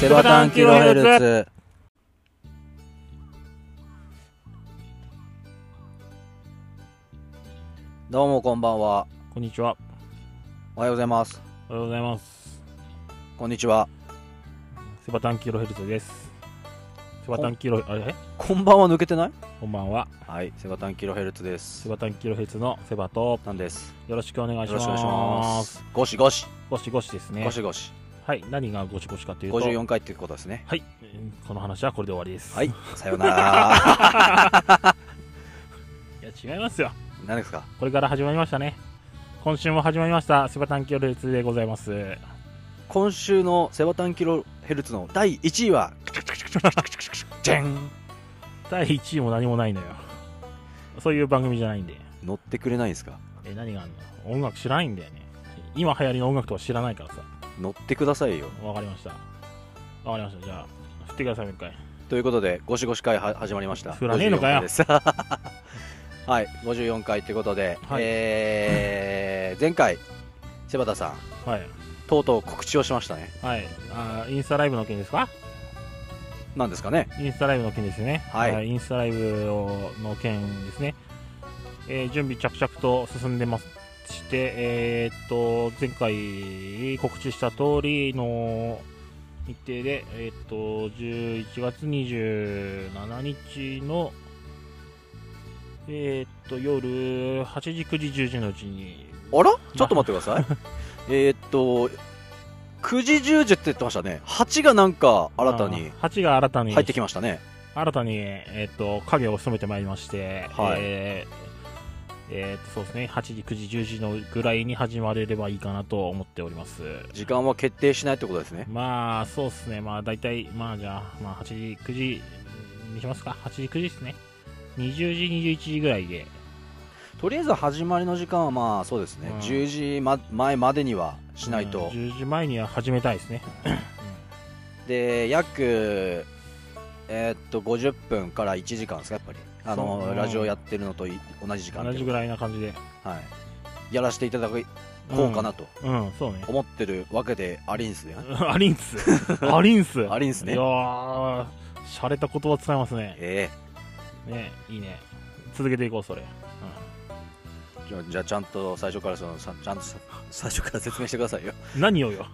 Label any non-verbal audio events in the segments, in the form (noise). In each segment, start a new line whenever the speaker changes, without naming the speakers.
セバタンキロヘルツ。どうもこんばんは。
こんにちは。
おはようございます。
おはようございます。
こんにちは。
セバタンキロヘルツです。セバタンキロ、あれえ
こんばんは抜けてない
こんばんは。
はい、セバタンキロヘルツで
セ
す。
バタンキロヘルツのセバと、
なんです。
よろしくお願い
よ
し
ろ
ま
し
す。
くお願いします。ゴシゴシ、
ゴシゴシですね
ゴ。シゴシ。
はい。何がゴシゴシかというと、
54回っていうことですね。
はい。えーこの話はこれで終わりです。。
はいい、さようなら。
や、違いますよ。
何ですか
これから始まりましたね。今週も始まりました。セバタンキロヘルツでございます。
今週のセバタンキロヘルツの第1位は、じゃん
第1位も何もないのよ。そういう番組じゃないんで。
乗ってくれないんですか
え、何があんの音楽知らないんだよね。今流行りの音楽とか知らないからさ。
乗ってくださいよ。
わかりました。わかりました。じゃあ、振ってください、もう一回。
ということで、ゴシゴシ会は始まりました。
振らねえのか
54
よ
回です (laughs) はい、54回ということで、
はい (laughs)
えー前回、柴田さん、
はい。
とうとう告知をしましたね。
はい。あーインスタライブの件ですか
なんですかね。
インスタライブの件ですね。
はい
インスタライブをの件ですね。えー準備着々と進んでます。して、えーっと、前回告知した通りの日程で、えーっと、11月27日の、えーっと、夜8時、9時、10時のうちに、
あらちょっと待ってく
(laughs)
ださい。えーっと、9時10時って言ってましたね。8がなんか新たに
あー8が新たに
入ってきましたね。
新たに、えっと影を務めてまいりまして、
はい
えーえーとそうですね8時9時10時のぐらいに始まれればいいかなと思っております
時間は決定しないってことですね。
まあそうですねまあ大体まあじゃあ、まあ、8時9時にしますか8時9時ですね20時21時ぐらいで
とりあえず始まりの時間はまあそうですね。
うん
10時、ま、前までにはしないと。
うん10時前には始めたいですね
で約えーっと50分から1時間ですかやっぱりあの、
そう
ラジオやってるのとい同じ時間
同じぐらいな感じで
はい、やらせていただこうかなと
うん、うん、そうね
思ってるわけでありんすね、
アリンスアリン
(laughs)
ス
ありんすね
いやー洒落た言葉使いますね
え
ねいいね続けていこうそれ、
えじゃじゃあちゃんと最初からそのさちゃんとさ最初から説明してくださいよ
うん、何をよ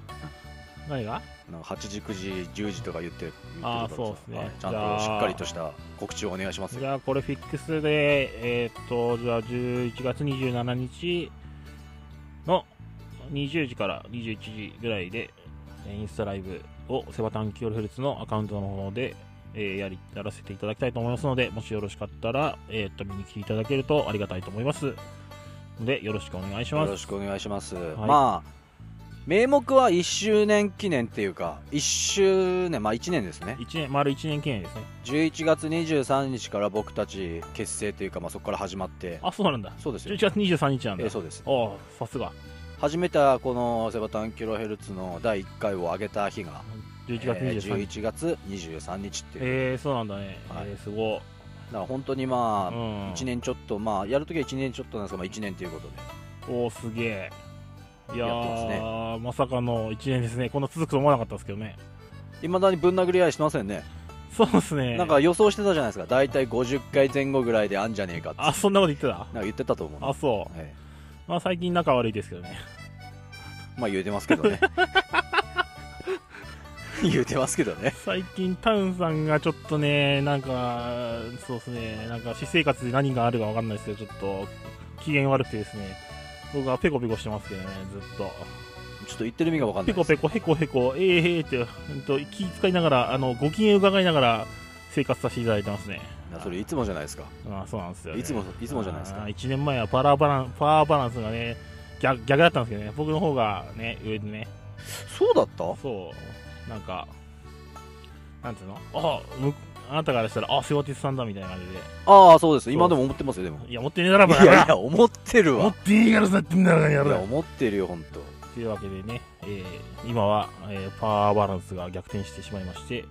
何が
なんか8時9時10時とか言って言ってるから
あーそうですね
はいちゃん
じゃ
と
あ
しっかりとした告知をお願いしますよ
じゃあこれフィックスでえーっとじゃあ11月27日の20時から21時ぐらいでえーインスタライブをセバタンキオルヘルツのアカウントの方で、えーやりやらせていただきたいと思いますのでもしよろしかったら、えーっと見に来ていただけるとありがたいと思いますのでよろしくお願いしま
ろ
す
しくお願いします、
い
まあ名目は1周年記念っていうか1周年まあ1年ですね
一年丸1年記念ですね
11月23日から僕たち結成というか、まあ、そこから始まって
あそうなんだ
そうですよ
11、月23日なん
え
だ
ーそうです
おおさすが
始めたこのセバタンキロヘルツの第1回を上げた日が
11月
えー
23日、
11月23日っていう、
えー、そうなんだね、
はい
えーすごい、
だから本当にまあ、
うん、
1年ちょっとまあやるときは1年ちょっとなんですが、まあ、1年ということで
おおすげえいや
やってます
ーまさかの1年ですねこんな続くと思わなかったですけどね
いまだにぶん殴り合いしてませんね、
そうですね
なんか予想してたじゃないですか大体50回前後ぐらいであんじゃねえかって
あそんなこと言ってた
なんか言ってたと思う
あそう、
え
まあ、最近仲悪いですけどね (laughs)
えまあ言うてますけどね言うてますけどね
最近タウンさんがちょっとねなんかそうですねなんか私生活で何があるか分かんないですけどちょっと機嫌悪くてですね僕はペコペコしてますけどねずっと
ちょっと言ってる意味が分かんな
ペ
いで
コ
す
ペコへこへこえー、えー、って、うんと、気遣いながらあのご機嫌伺いながら生活させていただいてますね
いやそれいつもじゃないですか
あそうなんですよ、ね、
いつもいつもじゃないですか
1年前はパワーバランパワーバランスがね逆逆だったんですけどね僕の方がね上でね
そうだった
そうなんかなんていうのあむあなたからしたらあセバティスさんだみたいな感じで
ああそうです今でも思ってますよでも
いや持ってねえだろ
い
バカ
やいや思ってる
持
わ
ってねえからさってんだからや
いや
ろ
思ってるよ本当。
というわけでね、えー今は、えーパワーバランスが逆転してしまいまして、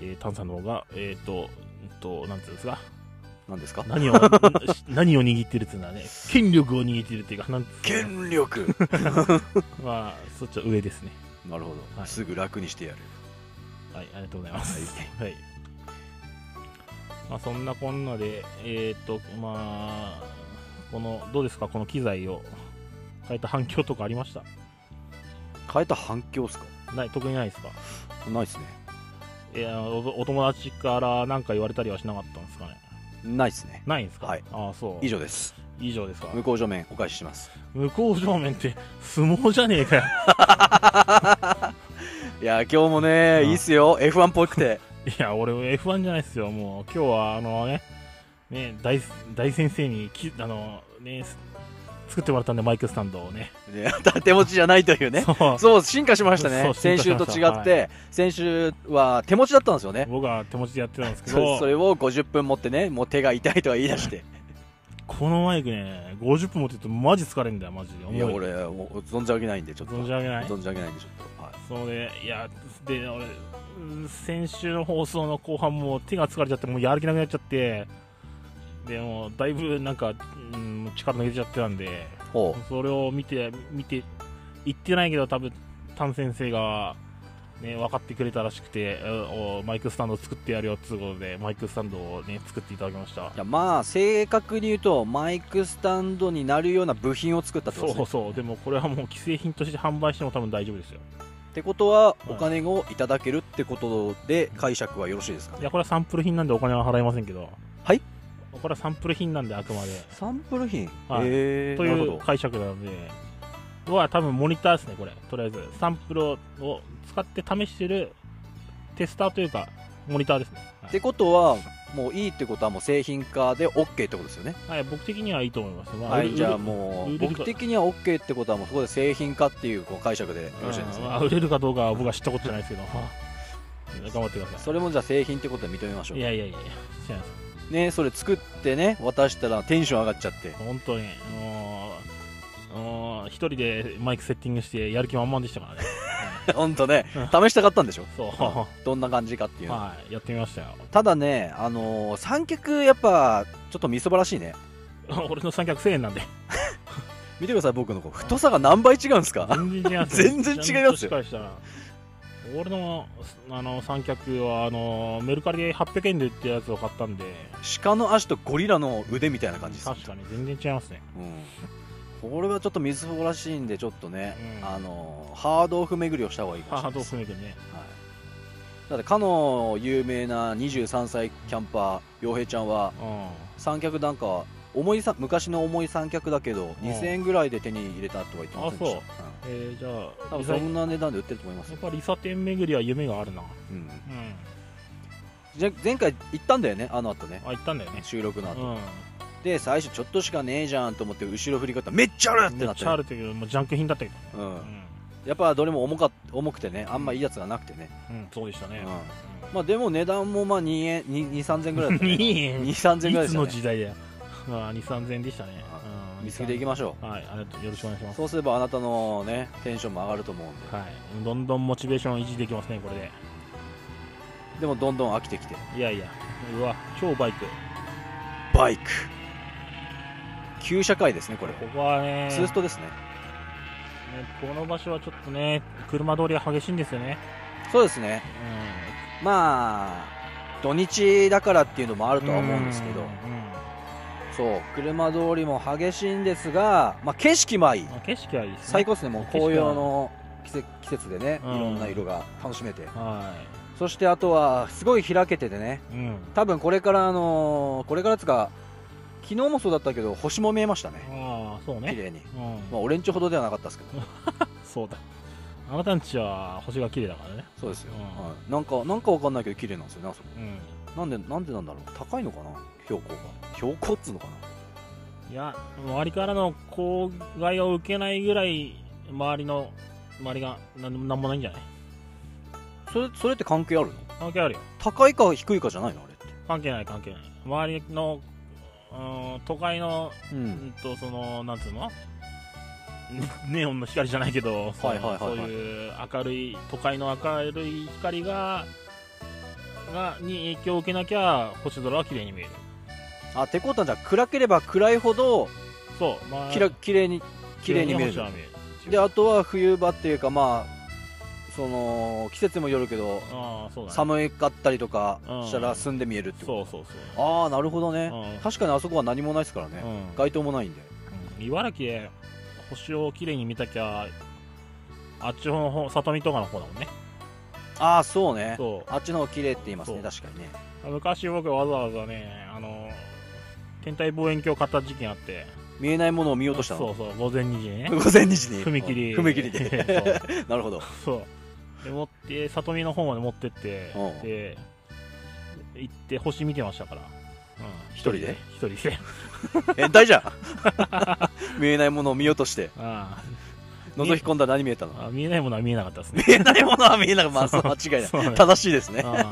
えー、炭酸の方が、えっ、と、うんと、なんていうんですか、
何ですか
何を、 (laughs) し何を握ってるっていうのはね、権力を握ってるっていうか、なんていうんですかね、
権力
(laughs) まあ、そっちは上ですね。
なるほど、
はい
すぐ楽にしてやる
はい、ありがとうございます。はい。まあ、そんなこんなで、えーっ、と、まあ、この、どうですか、この機材を変えた反響とかありました
変えた反響ですか
ない、特にないですか
ないですね。
いやお、お友達から何か言われたりはしなかったんですかね
ないですね。
ないんですか
はい。
ああ、そう。
以。上です。
以上ですか。
向こう上面お返しします。
向こう正面って、相撲じゃねえかよ。 (laughs)
いやー、今日もね、
うん
いいっすよ。F1 っぽくて。
いや、俺、F1 じゃないですよ、もう、今日は、あのね、ね大大先生にき、あの、ね、す作ってもらったんで、マイクスタンドをね。
ね、 (laughs) 手持ちじゃないというね。
そう
そう、進化しましたね
そ。う
先
進化し
週
ま
と
した
違って、先週は手持ちだったんですよね。
僕は手持ちでやってたんですけ
そ
ど、
それを50分持ってね、もう手が痛いとは言い出
(laughs)
して。
このマイクね、50分持ってるとマジ疲れんだよ、マジで。重
いや、俺、もう存じ上げないんで、ちょっと。
存じ上げない
存じ上げないんで、ちょっと。はい
そうで、いや、で、俺、うん先週の放送の後半もう手が疲れちゃって、もうやる気なくなっちゃって、でもうだいぶなんか、うん、力抜けちゃってたんで、
ほ
それを見て、見て、言ってないけど、多分丹先生が、ね、分かってくれたらしくて、うんおマイクスタンド作ってやるよっつうことで、マイクスタンドをね、作っていただきました
う。い。や、まあ、正確に言うと、マイクスタンドになるような部品を作ったってことです
そ
ね
うそう、でもこれはもう既製品として販売しても多分大丈夫ですよ。
ってことは、
うん
お金をいただけるってことで解釈はよろしいですか
い
ね
や、これはサンプル品なんでお金は払いませんけど。
はい
これはサンプル品なんで、あくまで。
サンプル品、
はい
えー、
と
なる
い
ほ
う
ど
解釈なので、僕は多分モニターですね、これ。とりあえず、サンプルをを使って試してるテスターというか、モニターですね。はい
ってことはもういいってことはもう製品化で OK ってことですよね
はい、僕的にはいいと思います。まあ
は
売
い
れ
じゃあも
売
う
れるか
僕的には OK ってことはもうそこで製品化っていうこう解釈でよろしいです
うん
ね
まあ売れるかどうかは僕は知ったことじゃないですけど、 (laughs) 頑張ってくださ
それもじゃあ製品ってことで認めましょ
い。いうやいやいや、知らないです。
ねそれ作ってね渡したらテンション上がっちゃって (laughs)
本当に、もうもう、一人でマイクセッティングして、やる気満々でしたからね。
本当ね
うん
試したかったんでしょ
そう。
どんな感じかっていうの
はい、やってみましたよ。
ただねあのー三脚やっぱちょっとみそばらしいね
(laughs) 俺の三脚1000円なんで。
見てください僕のこう太さが何倍違うんですか
全然違います
全然違いますよ
ちゃんとしっかりしたな俺のあの三脚はあのメルカリで800円で売ってるやつを買ったんで、
鹿の足とゴリラの腕みたいな感じです、
確かに全然違いますね。
うん、これはちょっと水ぼらしいんでちょっとね、
うん
あのハードオフ巡りをした方がいいかもし
ハ
れない
ード
で
オ
す
フメイクね。
はい、だってかの有名な23歳キャンパー洋平ちゃんは
う
三脚なんか重いさ昔の重い三脚だけど
うん
2000円ぐらいで手に入れたとは言ってませんでした
あん。えー、じゃあ、
うん多分
リサ
そ
や
んな値段で売ってると思いますよ
っ、ぱリサ店巡りは夢があるな。
うん、
うん。
ぜ前回行ったんだよねあの後ね
あ、行ったんだよね。
収録の後、
う
で最初ちょっとしかねえじゃんと思って後ろ振り返ったらめっちゃあるっ
ん。
て
め
な
っ
っ
ち
て
ゃあ
ね、
るというけど、もうジャンク品だったけど。
う、
うんん。
やっぱどれも重か重くてねあんまいいやつがなくてね、
うん、そうでした
うん
ね。
まあ、でも値段もまあ2円2 3千ぐらいだった、ね、
2
2
円
3千ぐらいで
いつ
した
の
ね
時代だよ。まあ、2、3000円でしたね。うん
見つけていきましょ
はい、ありがとう。よろしくお願いします
う。そうすればあなたのねテンションも上がると思うんで
はい、どんどんモチベーション維持できますね、これで。
でもどんどん飽きてきて
いやいや、うわ、超バイク。
バイク旧社会ですねこれ
ここはね
ツーストですね
ねこの場所はちょっとね、車通りが激しいんですよね。
そうですねまあ土日だからっていうのもあ
う
るとは思うんですけど
うん
そう車通りも激しいんですが、まあ、景色もいい
まあ景色はいいですね。
最高ですねもう紅葉の季節季節でねい
うん
ろんな色が楽しめて
は
そしてあとはすごい開けててね
い。うん。
多分これからあのーこれからつか昨日もそうだったけど星も見えましたね
ああ、そう
綺
ね。
麗に
うん
まあ俺んちほどではなかったですけど
そうだ。あなたんちは星が綺麗だからね。
そうですよ、
うん
はい、なんかなんかわかんないけど綺麗なんですよねあそこ
うん。
なんでなんでなんだろう高いのかな標高が標高っつうのか
いや、周りからの公害を受けないぐらい、周りの、周りがなんなんもないんじゃない
なそれそれって関係あるの
関係あるよ。
高いか低いかじゃないのあれって
関係ない関係ない周りの、うん、都会の
う
うんんとそのなんつうの (laughs) ねネオンの光じゃないけどその
はいはいはいはい
そういう明るい都会の明るい光ががに影響を受けなきゃ星空は綺麗に見える
あてことはじゃあ暗ければ暗いほど
そうまあ
きら綺麗に綺麗に見える
綺麗に星は見える
であとは冬場っていうかまあその季節にもよるけど、
ああそうだね
寒かったりとかした
う
ら
ん
住んで見えるって
そう
こ
そうそう
とああなるほどね、
うん
確かにあそこは何もないですからね、
うん
街灯もないんで
うん茨城で星をきれいに見たきゃあっちの方里見とかの方だもんね
ああそうね
そう
あっちの方綺麗って言いますね
そう
確かにね
昔僕わざわざねあの天体望遠鏡を買った時期があって
見えないものを見ようとした
そ
の
うそう午前2時にね
午前2時に
踏切
うん踏切 (laughs) でなるほど
(laughs) そうそうで持って里見の方まで持ってって
うん
で行って星見てましたから、うん、
一人で
一人で (laughs)
変態じゃん (laughs) 見えないものを見ようとして
あ
覗き込んだら何見えたの
あ見えないものは見えなかったですね
(laughs) 見えないものは見えなくまあ
そ
そうう間違い
そう
な
ね
い正しいですね
うん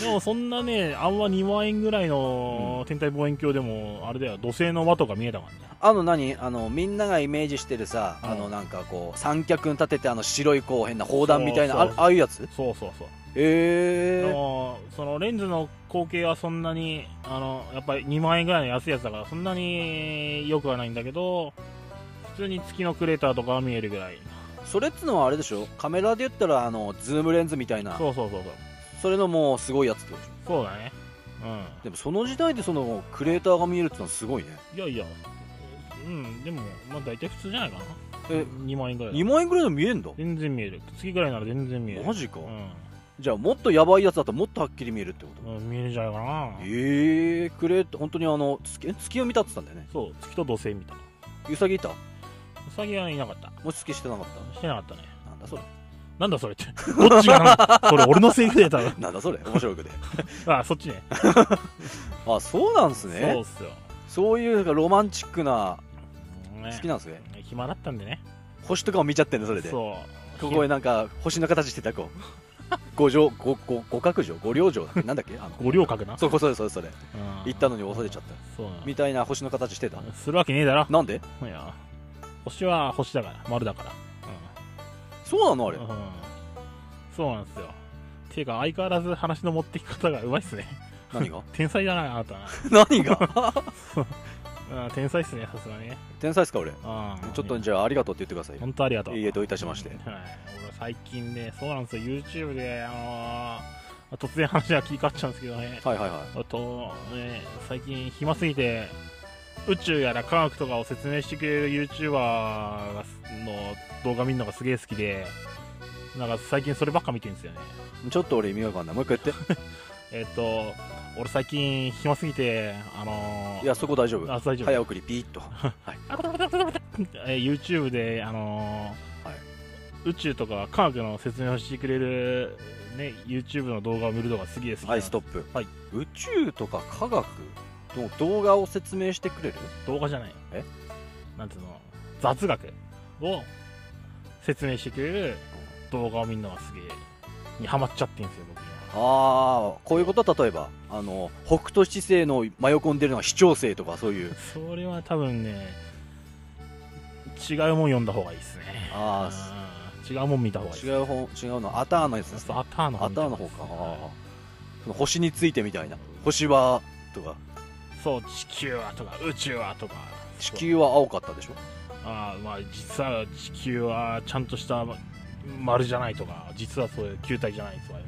でもそんなね、あんま2万円ぐらいの天体望遠鏡でも、あれだよ、土星の輪とか見えたからね。
あの何あのみんながイメージしてるさ、
うん
あのなんかこう三脚に立ててあの白いこう変な砲弾みたいな
そうそう
あああいうやつ
そうそうそう。
え
で
ー、
も、そのレンズの光景はそんなに、あの、やっぱり2万円ぐらいの安いやつだから、そんなに良くはないんだけど、普通に月のクレーターとかは見えるぐらい。
それっつのはあれでしょカメラで言ったらあのズームレンズみたいな
そうそうそうそう。
それのもうすごいやつってことでし
そうだね。
ょでもその時代でそのクレーターが見えるってのはすごいね
うん。いやいや、うん、でも、まあ大体普通じゃないかな。
え
2万円ぐらいだ。
2万円ぐらいの見えんだ
全然見える。月ぐらいなら全然見える。
マジか、
うん。
じゃあもっとやばいやつだともっとはっきり見えるってこと、
うん、見えるんじゃないかな
ええー、クレーター本当にあの月え月を見たって言ったんだよね
そう月と土星みたいな
ウサギいた
ウサギはいなかった
もし月してなかった
してなかったね
なんだそれ
なんだそれって (laughs) どっちがなんだそれ俺のセリフだよ
なんだそれ面白い句
(laughs)
で
多分あそっちね
あそうなんす
そう
ね
っすよ、
そういうなんかロマンチックな
ね、
好きなんですね
暇だったんでね
星とかを見ちゃってんのそれでこ
そう
こへなんか星の形してた
(laughs)
こう五条五五五角条五稜城だっけなんだっけあの
五稜郭な
そうこそれそれそれ
うん
行ったのに忘れちゃった
そうな
みたいな星の形してた
のするわけねえだろ
なんで
いや星は星だから丸だから
そうなのあ
う
れ
ん、うん、そうなんですよていうか相変わらず話の持ってき方がうまいっすね (laughs)
何が
天才だなあなたな
何が (laughs)
うん天才っすねさすがにね
天才っすか俺
うん
ちょっとじゃあありがとうって言ってくださいよ
本当ありがとう。
いいえどういたしまして
はい、俺最近ね、そうなんですよ、YouTube で、あのー突然話が切り替わっちゃうんですけどね、
はいはいはい
あと、ね、最近暇すぎて、宇宙やら科学とかを説明してくれる YouTuber がの動画見るのがすげえ好きで、なんか最近そればっか見てるんですよね。
ちょっと俺意味わかんない。もう一回言っ
えっと、俺最近暇すぎて、あのー
て。いや、そこ大丈夫。
あ、大丈夫。
早送り、ピーッと。
あこたこたこたこたえー YouTube で、あのー
はい
宇宙とか科学の説明をしてくれる、ね、YouTube の動画を見るのがすげえ好きな
はい、ストップ。
はい
宇宙とか科学の動画を説明してくれる
動画じゃない
え
なんつうの雑学を説明してくれる動画を見るのがすげえにハマっちゃってんですよ僕今
ああ、こういうこと例えば、あの、北斗七星の真横に出るのは視聴星とかそういう。
それは多分ね違うもん読んだ方がいいですね
あ
うん違うもん見た方
あ、
がいい
違う本、違うの。アターのやつです
そうアターの
ア
見た
ター
方
の方
がいいです
か。あーその星についてみたいな。星は、とか、
そう地球はとか宇宙はとか
地球は青かったでしょ
あーまあ実は地球はちゃんとした丸じゃないとか実はそういう球体じゃないとか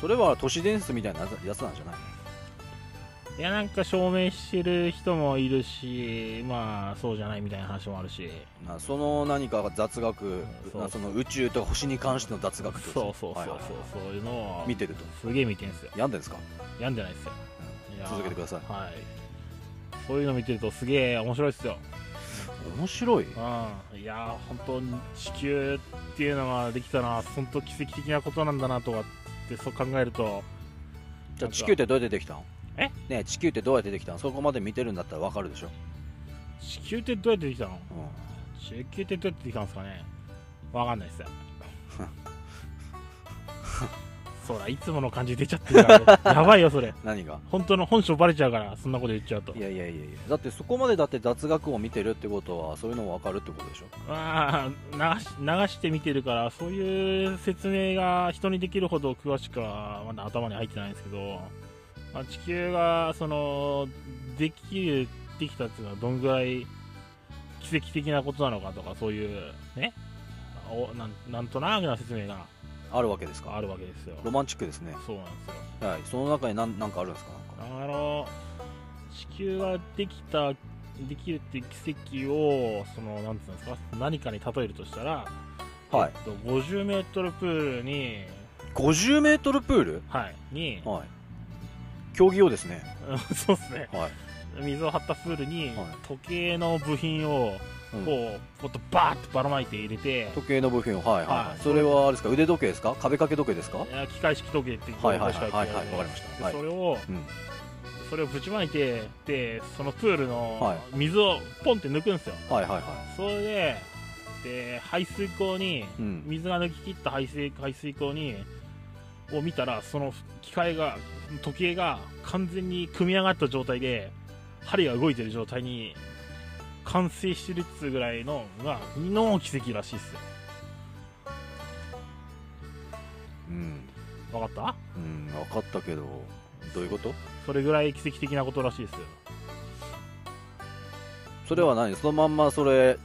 それは都市伝説みたいなやつなんじゃない
いやなんか証明してる人もいるしまあそうじゃないみたいな話もあるし
なその何かが雑学
そう
なその宇宙とか星に関しての雑学ってこと
そう
です
そうそう
はい
そ
はいはい
うそういうのを
見てると
すげえ見てんすよ
病んでんですか
病んでないっすよいや
続けてください
はいそういうの見てるとすげえ面白いっすよ
面白い
うんいやー本当に地球っていうのができたのは本当奇跡的なことなんだなとかってそう考えると
じゃあ地球ってどうやってできたん
え
ねえ地球ってどうやってできたんそこまで見てるんだったらわかるでしょ、
地球ってどうやってできたの
う
中級ってどうやってできたんですかねわかん
(laughs)
ないっすそうだいつもの感じ出ちゃってるから (laughs) やばいよそれ
ん、何が
本当の本性バレちゃうからそんなこと言っちゃうと
いやいやいやいやだってそこまでだって雑学を見てるってことはそういうのわかるってことでしょ
まあ流し流して見てるからそういう説明が人にできるほど詳しくはまだ頭に入ってないんですけど、まあ、地球がそのできるできたっていうのはどんぐらい奇跡的なことなのかとかそういうねおなんなんとなくな説明が
あるわけですか
あるわけですよ
ロマンチックですね
そうなんですよ
はいその中に何なんかあるんですかなんか
あの地球ができたできるっていう奇跡をそのなんていうんですか何かに例えるとしたら、
はい
えっと、50メートルプールに
5 0ルプール
はいに、
はい競技用ですね
(laughs) そうですね
はい
水を張ったプールに、
はい
時計の部品を
うん
こうポッとバーッとばらまいて入れて、
時計の部品をはいはい、は、
はいい
それはあれですか腕時計ですか壁掛け時計ですかはい
いや機械式時計っていう
はいはいはい
機械
はい
式時計
わかりました
で
はい
それを
うん
それをぶちまいてでそのプール
は
の水をポンって抜くんですよ、
はいはいは
それでで排水口に
いうん
水が抜き切った排水排水口にを見たらその機械が時計が完全に組み上がった状態で針が動いてる状態に完成してるっつうぐらいのがの奇跡らしいっすよ
うん
分かった
うん分かったけどどういうこと
それぐらい奇跡的なことらしいっすよ
それは何そのまんまそれ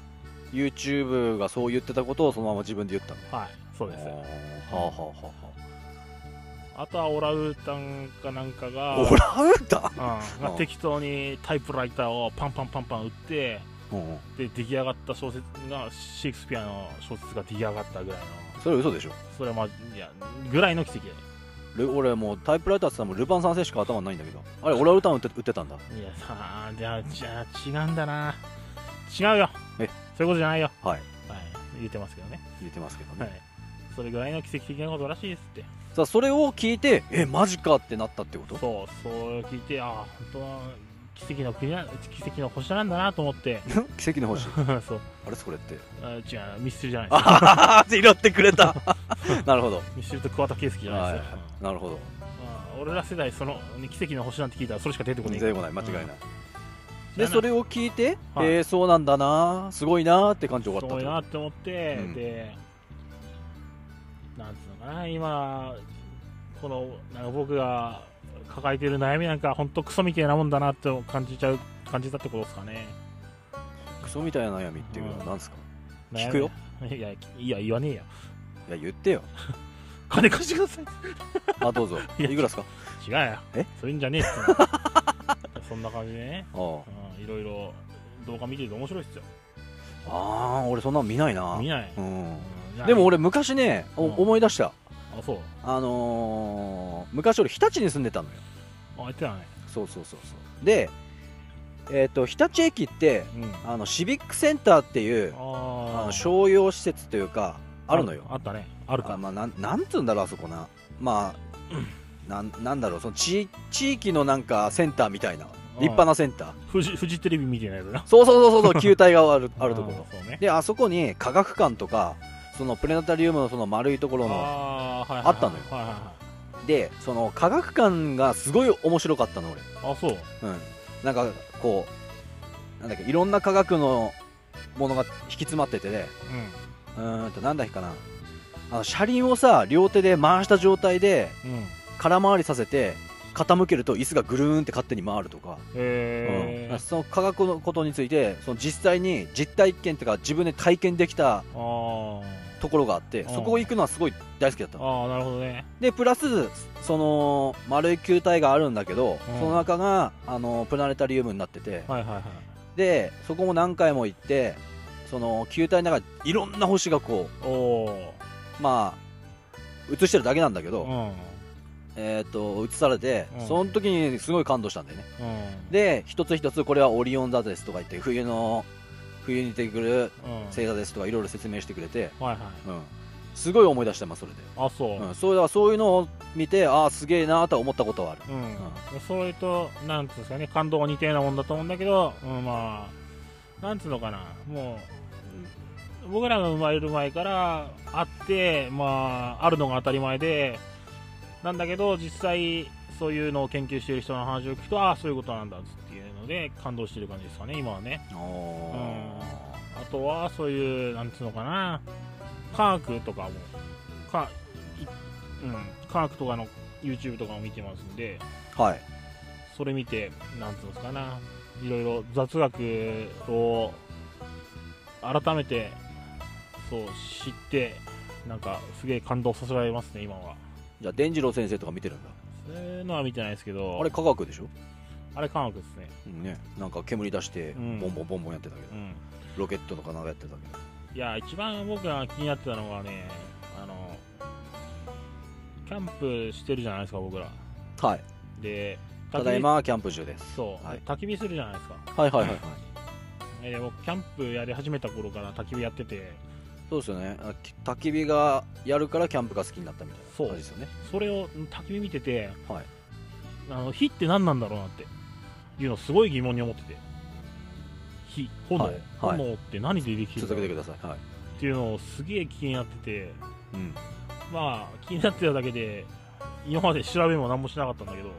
YouTube がそう言ってたことをそのまま自分で言ったの
はいそうです
あーはあはあは
あとはオランウータンかなんか
あ
が
はあオランウータ
うんが
うん
適当にタイプライターをパンパンパンパン打って
ンうんうん
で出来上がった小説がシェイクスピアの小説が出来上がったぐらいの
それ嘘でしょ
それはまあいやぐらいの奇跡だよ
ル俺もうタイプライターってさもうルパン三世しか頭にないんだけどあれオランウータン売って売ってたんだ
いやさあじゃあじゃあ違うんだな違うよ
え
そういうことじゃないよ
はい
はい言ってますけどね
言ってますけどね、
はいそれぐらいの奇跡的なことらしいですって
さあそれを聞いてえマジかってなったってこと
そうそう聞いてああ本当は奇跡の国な奇跡の星なんだなと思って
(laughs) 奇跡の星
そう
あれそれって
あ違うミスチルじゃない
あはは
(laughs)
は拾ってくれた (laughs) なるほど
ミスチルと桑田佳祐じゃないですよ、
はいなるほど
うん俺ら世代その奇跡の星なんて聞いたらそれしか出てこない
全然もない間違いない、
うん
でそれを聞いて、
はい
えーそうなんだなすごいなって感じ終わ
す
ったっ
ご
て
い
こ
なって思って、
うん
でなんつうのかな今このなんか僕が抱えてる悩みなんか本当クソみたいなもんだなって感じちゃう感じたってことですかね
とクソみたいな悩みっていうのは何ですか、
悩み
聞くよ
いやいや言わねえよ
いや言って
(laughs)
よ
金貸してください
あどうぞい
いや
くらですか
違うよ
え
そういうんじゃねえっつうの (laughs) そんな感じでね、
あー
うん、いろいろ動画見てると面白いっすよ
あー俺そんなの見ないな
見ない、
うん
うん
でも俺昔ね、お
うん
思い出した
あそう
あのー昔俺日立に住んでたのよ
あ言ってたね
そうそうそうそうでえっ、と日立駅って
うん
あのシビックセンターっていうあ
あ
の
あ
商用施設というかあるのよ
あったねあるか
あまあ、なんなんつうんだろうあそこなまあなんなんだろうその地地域のなんかセンターみたいな立派なセンター
フジフジテレビみたいなやつな
そうそうそうそうそう球体がある
(laughs)
あるところ
ーそうね
であそこに科学館とかそのプレナタリウムのその丸いところの
あーはいはいはい
あったのよ
はいは
でその科学館がすごい面白かったの
いはいあそう
俺うんなんかこうなんだっけいろんな科学のものが引き詰まっててねうーんとなんだっけかなあの車輪をさ両手で回した状態で
うんうん
空回りさせて傾けると椅子がぐるーんって勝手に回るとか、
え
うん
ー
その科学のことについてその実際に実体験とか自分で体験できた
あー
ところがあって
うん
そこ行くのはすごい大好きだったの
あーなるほどね
でプラスその丸い球体があるんだけど、
うん
その中があのプラネタリウムになってて、
はいはいはい
でそこも何回も行ってその球体の中にいろんな星がこ
おお
うまあ映してるだけなんだけ
う
ど、
んうん
えー、と映されて、
うん
その時にすごい感動したんだよねで一つ一つこれはオリオン座ですとか言って冬の冬に出てくる
うん
星座ですとかいろいろ説明してくれて、
はいはい
うん、すごい思い出してますそれで、
あそう
うん、そうだそういうのを見てああすげえなーとは思ったことはある
うん、それと、なんつうんですかね、感動が似たようなもんだと思うんだけど、うん、まあ、なんつうのかな、もう、僕らが生まれる前からあって、まあ、あるのが当たり前で、なんだけど、実際、そういうのを研究している人の話を聞くと、ああ、そういうことなんだっていうので、感動してる感じですかね、今はね。
あ
あとは、そういう、なんつうのかな、科学とかも、かいうん、科学とかの YouTube とかも見てますんで、
ーはい
それ見て、なんつうんですかな、いろいろ雑学を改めて、そう知ってなんかすげえ感動させられますね今は
じゃあ伝次郎先生とか見てるんだ
そういうのは見てないですけど
あれ科学でしょ、
あれ科学ですね
うんねなんか煙出して
うん
ボンボンボンボンやってたけど、
うん
ロケットとかなんかやってたけど
いや一番僕が気になってたのがねあのキャンプしてるじゃないですか僕ら
はい
で焚き
た
火
だいまキャンプ中です
そう、
はい
焚き火するじゃないですか
はいはいはいはい
えー僕キャンプやり始めた頃から焚き火やってて
そうですよねあき焚き火がやるからキャンプが好きになったみたい
そ
な
う
感じですよね
それを焚き火見てて
はい
あの火って何なんだろうなっていうのをすごい疑問に思ってて火炎、
はいはい
炎って何でできるんだ
続
ろ
け
う
て
っ
くださいはい、
ていうのをすげえ気になってて
うん、
まあ気になってただけで今まで調べも何もしなかったんだけど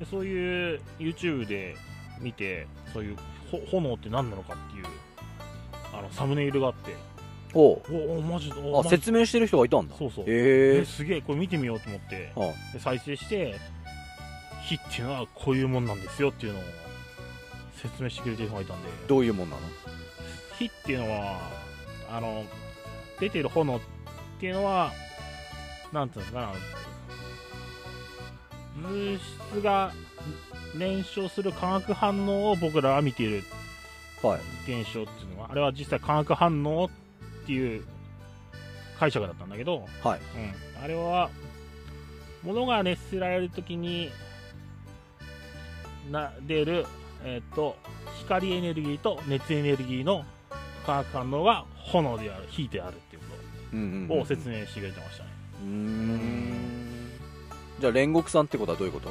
でそういう YouTube で見てそういうほ炎って何なのかっていうあのサムネイルがあって
おう
おおマジでお
あ
マジ
説明してる人がいたんだ
そうそう
へ
え
え
すげえこれ見てみようと思って
あ
で再生して火っていうのはこういうもんなんですよっていうのを説明してくれてる人がいたんで
どういうもんなの
火っていうのはあの出てる炎っていうのはなんていうんですかな物質が燃焼する化学反応を僕らは見ている
はい
現象っていうのはあれは実際化学反応っていう解釈だったんだけど、
はい
うん、あれは物が熱せられる時にな出る、えっと光エネルギーと熱エネルギーの化学反応が炎である火であるっていうこ
うんうんうんう
と
ん
を説明してくれてましたね、
うーんじゃあ煉獄さんってことはどういうこと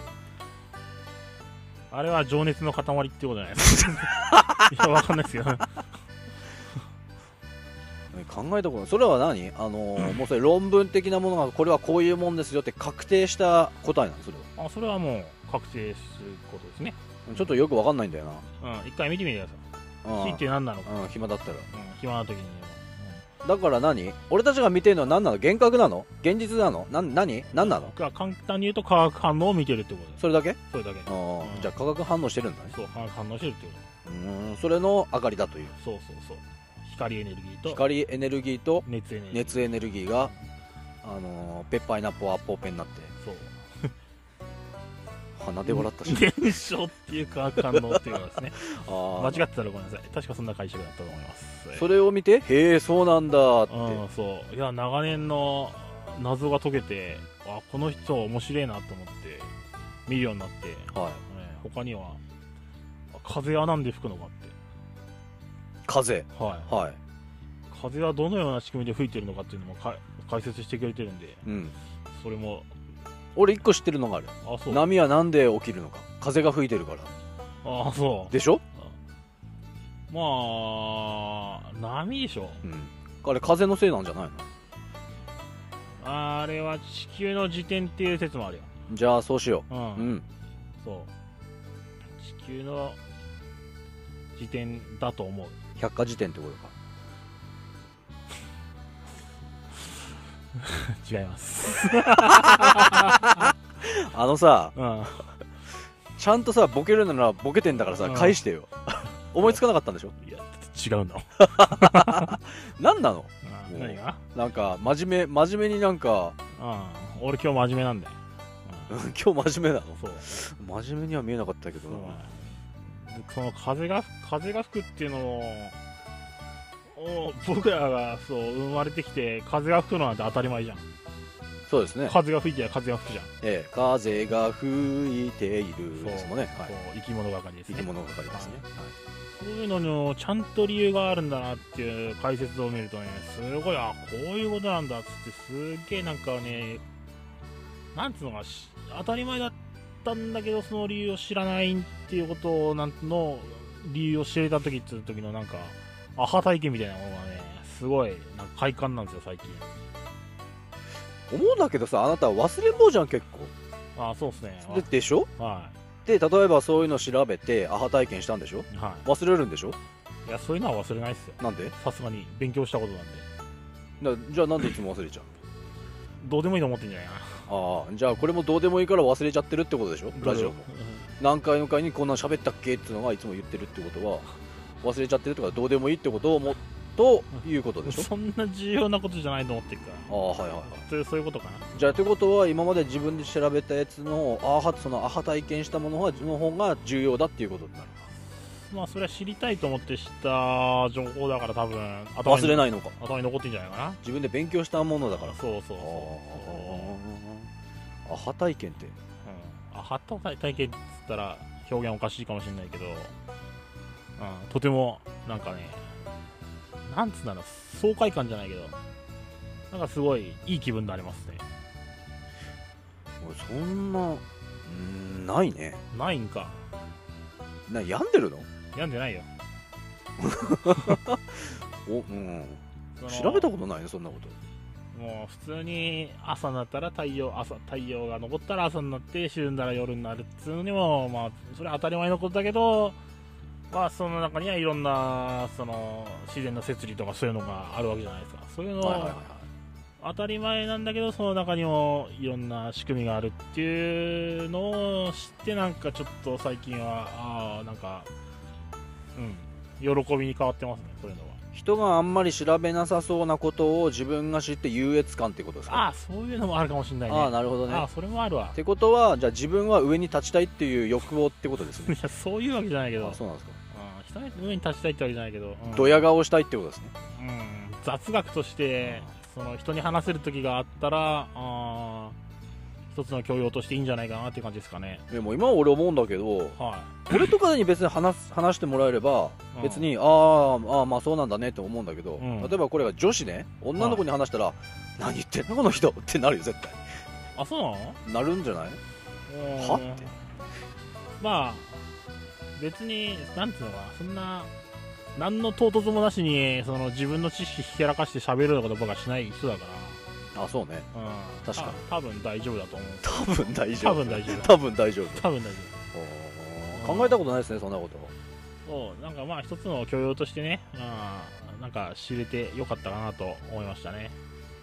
あれは情熱の塊ってことじゃないで
(laughs)
すかいやわかんないですけど
え考えたことないそれは何あの
(clears throat)
ーもうそれ論文的なものがこれはこういうもんですよって確定した答えなのそれは
あそれはもう確定することですね、
ちょっとよくわかんないんだよな
うん、一回見てみてくだ
う
さ
ん
い火って何なのか
うん暇だったら
うん、暇な時に、
だから何俺たちが見てるのは何なの幻覚なの現実なのなん何何なの
僕は簡単に言うと化学反応を見てるってことです
それだけ
それだけ
あー
うん
じゃあ化学反応してるんだね
そう化学反応してるってこ
うーんそれの明かりだという
とそうそうそう光エネルギーと
光エネルギーと
熱エネルギー
熱エネルギーが、あのーペッパーイナッポーアッポーペンになって
そう
鼻で笑ったし
燃焼っていう化学反応っていうこと (laughs) ですね
あー
間違ってたらごめんなさい確かそんな解釈だったと思います
それを見てへえそうなんだって
うんそういや長年の謎が解けてあこの人面白いなと思って見るようになって、
はい
ね他にはあ風は何で吹くのかっ
風
てはい
はい
風はどのような仕組みで吹いてるのかっていうのもか解説してくれてるんで
うん
それも
俺一個知ってるのがある
あそう
波はなんで起きるのか風が吹いてるから
あそう
でしょ、
まあ波でしょ
うん、あれ風のせいなんじゃないの
あれは地球の自転っていう説もあるよ
じゃあそうしよ
う
う、
ん、
うん、
そう地球の自転だと思う
百科事典ってことか
(laughs) 違います
あのさ
(laughs) うん
ちゃんとさボケるならボケてんだからさ
うん
返してよ (laughs) 思いつかなかったんでしょ
いや違うの
何なの
うん何が
なんか真面目真面目になんか、 (laughs)
うん俺今日真面目なんだよ、
う
うんん、
今日真面目な
そう
の真面目には見えなかったけどな
うんその風が風が吹くっていうのもお僕らがそう生まれてきて風が吹くのなんて当たり前じゃん
そうですね、
風が吹いてりゃ風が吹くじゃん
ええ、風が吹いている
そう
ですもんね、は
そ、
いう
生き物係です
生
ね
き物がかりますね、はい
そういうのにもちゃんと理由があるんだなっていう解説を見るとねすごいあこういうことなんだっつってすっげえなんかねなんつうのかし当たり前だったんだけどその理由を知らないっていうことをなんの理由を知れた時っていう時のなんかアハ体験みたいなものがねすごいなんか快感なんですよ最近
思うんだけどさあなた忘れん坊じゃん結構
あそうですね
ででしょ
は
で例えばそういうの調べてアハ体験したんでしょ
いは
忘れるんでしょ
いいやそういうのは忘れないっすよ
なんで
さすがに勉強したことなんで
なじゃあなんでいつも忘れちゃう
どうでもいいと思ってんじゃないかな
ああじゃあこれもどうでもいいから忘れちゃってるってことでしょラジオも何回の回にこんなの喋ったっけっていうのがいつも言ってるってことは忘れちゃってるとかどうでもいいってことをもということでしょ
そんな重要なことじゃないと思ってるから
ああはいはいはい
そうそういうことかな
じゃあということは今まで自分で調べたやつのアハそのアハ体験したものはの方が重要だっていうことになる
まあそれは知りたいと思って知った情報だから多分頭に
忘れないのか
頭に残ってんじゃないかな
自分で勉強したものだから
そうそうそう
あーアハ体験って
うん、あハット体体験っつったら表現おかしいかもしれないけど、うん、とてもなんかねなんつうんだろう爽快感じゃないけどなんかすごいいい気分になりますね
俺そんなうーんないね
ないんか
な病んでるの
病んでないよ
おうん
その
調べたことないねそんなこと
もう普通に朝になったら太陽朝太陽が昇ったら朝になって昼になら夜になるっつうのにもまあそれは当たり前のことだけどまあその中にはいろんなその自然の摂理とかそういうのがあるわけじゃないですかそういうの
はいはい
を
はい
当たり前なんだけどその中にもいろんな仕組みがあるっていうのを知ってなんかちょっと最近はああなんかうん喜びに変わってますねそういうのは
人があんまり調べなさそうなことを自分が知って優越感ってことです
あ
か
あそういうのもあるかもしれないね
ああなるほどね
あ
っ
あそれもあるわ
てことはじゃあ自分は上に立ちたいっていう欲望ってことです
い
ね
やそういうわけじゃないけど
あそうなんですか
うん人の上に立ちたいってわけじゃないけど、うん
ドヤ顔したいってことですね
うん雑学としてその人に話せる時があったらあー一つの教養としていいんじゃないかなっていう感じですかね
でも今は俺思うんだけど
は
これとかに別に話す話してもらえれば
うん
別にあーあーまあそうなんだねって思うんだけど、
うん
例えばこれが女子ね女の子に話したら、何言ってんのこの人ってなるよ絶対
いあそうなの
なるんじゃない
うん
はって
まあ別になんていうのかなそんな何の唐突もなしにその自分の知識ひけらかして喋るようなことばかしない人だか
あそうね
ら、うん、
確かに
た多分大丈夫だと思う
多分大丈
多
夫
分大丈夫だ
多分大丈夫
多分大丈
おー考えたことないですねそんなこと
夫そうなんかまあ一つの教養としてね、うん、なんか知れてよかったかなと思いましたね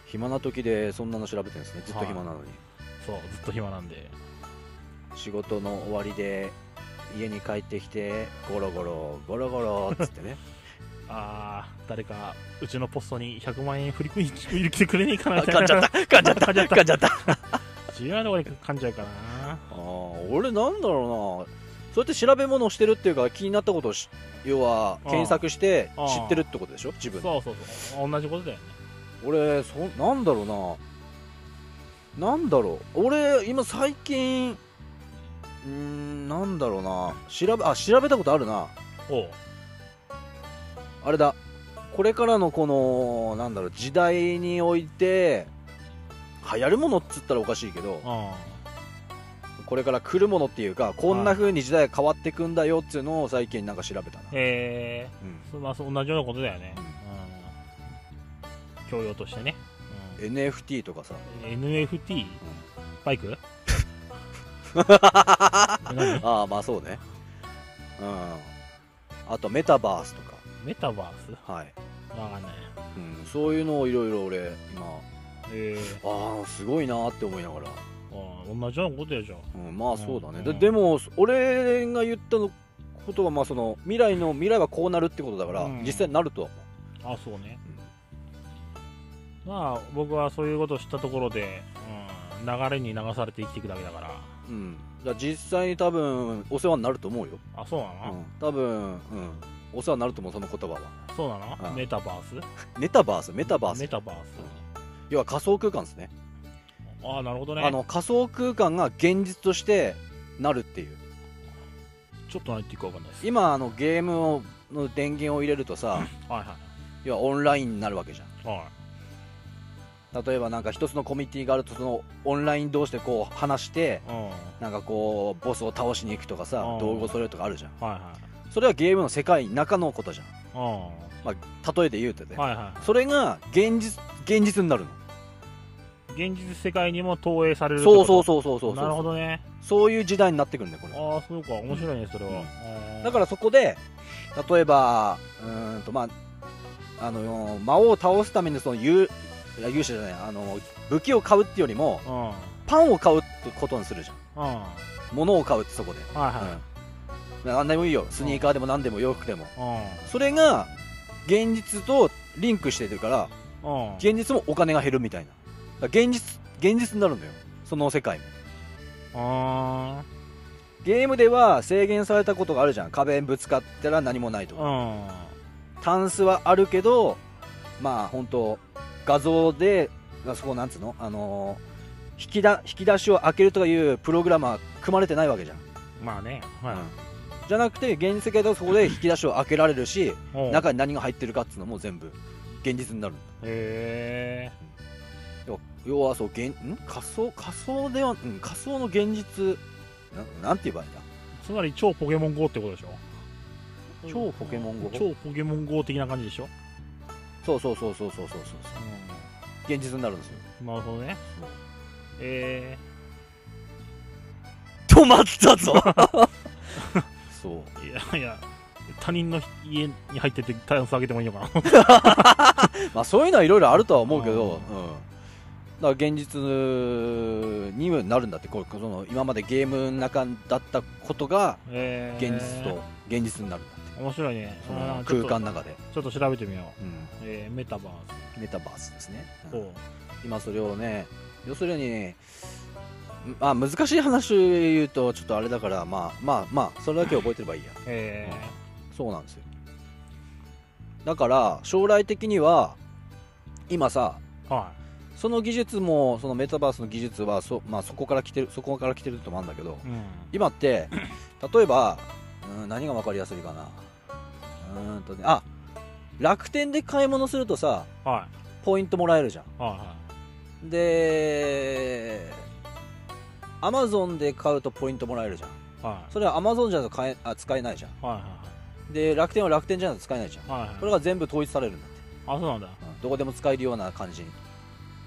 暇な時でそんなの調べてるんですねずっと暇なのに、
そうずっと暇なんで
仕事の終わりで家に帰ってきてゴロゴロゴロゴロっつって (laughs) ね
ああ誰かうちのポストに100万円振り込みに来てくれねえか
あ
なみたい
噛ん
な
じゃった噛んじゃった噛んじゃった
重要なところに噛んじゃうかな
あー俺なんだろうなそうやって調べ物をしてるっていうか気になったことをし要は
あー
検索して
あー
知ってるってことでしょ自分で
そうそうそう同じことだよね
俺そなんだろうななんだろう俺今最近うーんなんだろうな調べあ調べたことあるな
おう
あれだこれからのこのなんだろう時代において流行るものっつったらおかしいけど
あ
これから来るものっていうかこんな風に時代が変わってくんだよっていうのを最近なんか調べたな、
え
うん
ー、そまあそう同じようなことだよね、
う
うん、教養としてね、うん
NFT とかさ
NFT バ
(laughs)
イクえ何
ああまあそうねうんあとメタバースと
メタバース
かはい、
わかんない
うん、そういうのをいろいろ俺今
えー
ああすごいなって思いながら、
あー同じようなことやじゃん
うん、まあそうだね、
うん
ででも俺が言ったのことはまあその未来の未来はこうなるってことだから、
うん
実際になるとは思う
あそうねまあ僕はそういうことを知ったところで、うん、流れに流されて生きていくだけだから
うん、だから実際に多分お世話になると思うよ、
あそうな
う
の、
ん、多分、うん、お世話になると思うその言葉は
そうなの、
うん
メタバース
メタバースメタバー
メ
ス
タバース
要は仮想空間ですね
ああなるほどね
あの仮想空間が現実としてなるっていう
ちょっと何言っていいか分かんないです
今あのゲームをの電源を入れるとさ
はいは
要はオンラインになるわけじゃん
いはい
例えばなんか一つのコミュニティがあるとそのオンライン同士でこう話して
うんはい
なんかこうボスを倒しに行くとかさ
うん
道具を揃えるとかあるじゃん
はい
それはゲームの世界の中のことじゃん、
うん
まあ、例えて言うてて、
はいは
それが現実現実になるの
い現実世界にも投影されるって
そ
こ
う
と
そうそうそうそう
なる
そ
ほ
う
どね
そういう時代になってくるんだよこれ
ああそうか面白いねそれは、
うん
あー
だからそこで例えばうーんとまああの魔王を倒すためにその勇いや勇者じゃないあの武器を買うってよりも
うんうん
パンを買うってことにするじゃん
は
物を買うってそこで、
いは
うん、何でもいいよスニーカーでも何でも洋服でも
い、うん
それが現実とリンクしてるから
うん。
現実もお金が減るみたいなだから現実現実になるんだよその世界も
あ
ゲームでは制限されたことがあるじゃん壁にぶつかったら何もないと
ー
か
うん。
タンスはあるけどまあ本当画像であそこなんつうのあのー引きだ引き出しを開けるとかいうプログラマー組まれてないわけじゃん、
まあね。
うん
は
じゃなくて現実世界ではそこで引き出しを開けられるし
い。おう
中に何が入ってるかっていうのも全部現実になる
へ
要は要はそう現ん仮想仮想では、うん、仮想の現実ななんて言えばいいんだ
ー。つまり超ポケモン GO ってことでしょ
超ポケモン GO
超ポケモン GO 的な感じでしょ
そうそうそうそうそうそうそう現実になるんですよ
うん。なるほどね。え
止まったぞ (laughs) そう
ー、いやいや、他人の家に入ってってタイムス上げてもいいのかな。
まあそういうのはいろいろあるとは思うけど、う
う
ん、だから現実にもなるんだってこうその今までゲームの中だったことが
(laughs) え
現
ー、
実と。現実になるんだって
面白いね。
その
あーちょっ
空
と
間の中で、
ちょっと調べてみよう。
うん
えー、メタバー
メタバースですね、
ス。
うん
おう
今それをね要するにねんあ難しい話言うとちょっとあれだからまあまあまあそれだけ覚えてればいいや
え
そうなんですよだから将来的には今さ
ー、は
その技術もそのメタバースの技術はそ,、まあ、そこから来てるそこから来てるともあるんだけど
い。うん。
今って例えば、うん、何が分かりやすいかなうーんとねあ楽天で買い物するとさ
は
ポイントもらえるじゃん
い。は
で、アマゾンで買うとポイントもらえるじゃん。
い。はい。
それはアマゾンじゃないと買えあ使えないじゃん。
はい。
で、楽天は楽天じゃないと使えないじゃん。
はい。はい。はい
これが全部統一されるんだって。
あ、そうなんだ。
うんどこでも使えるような感じに。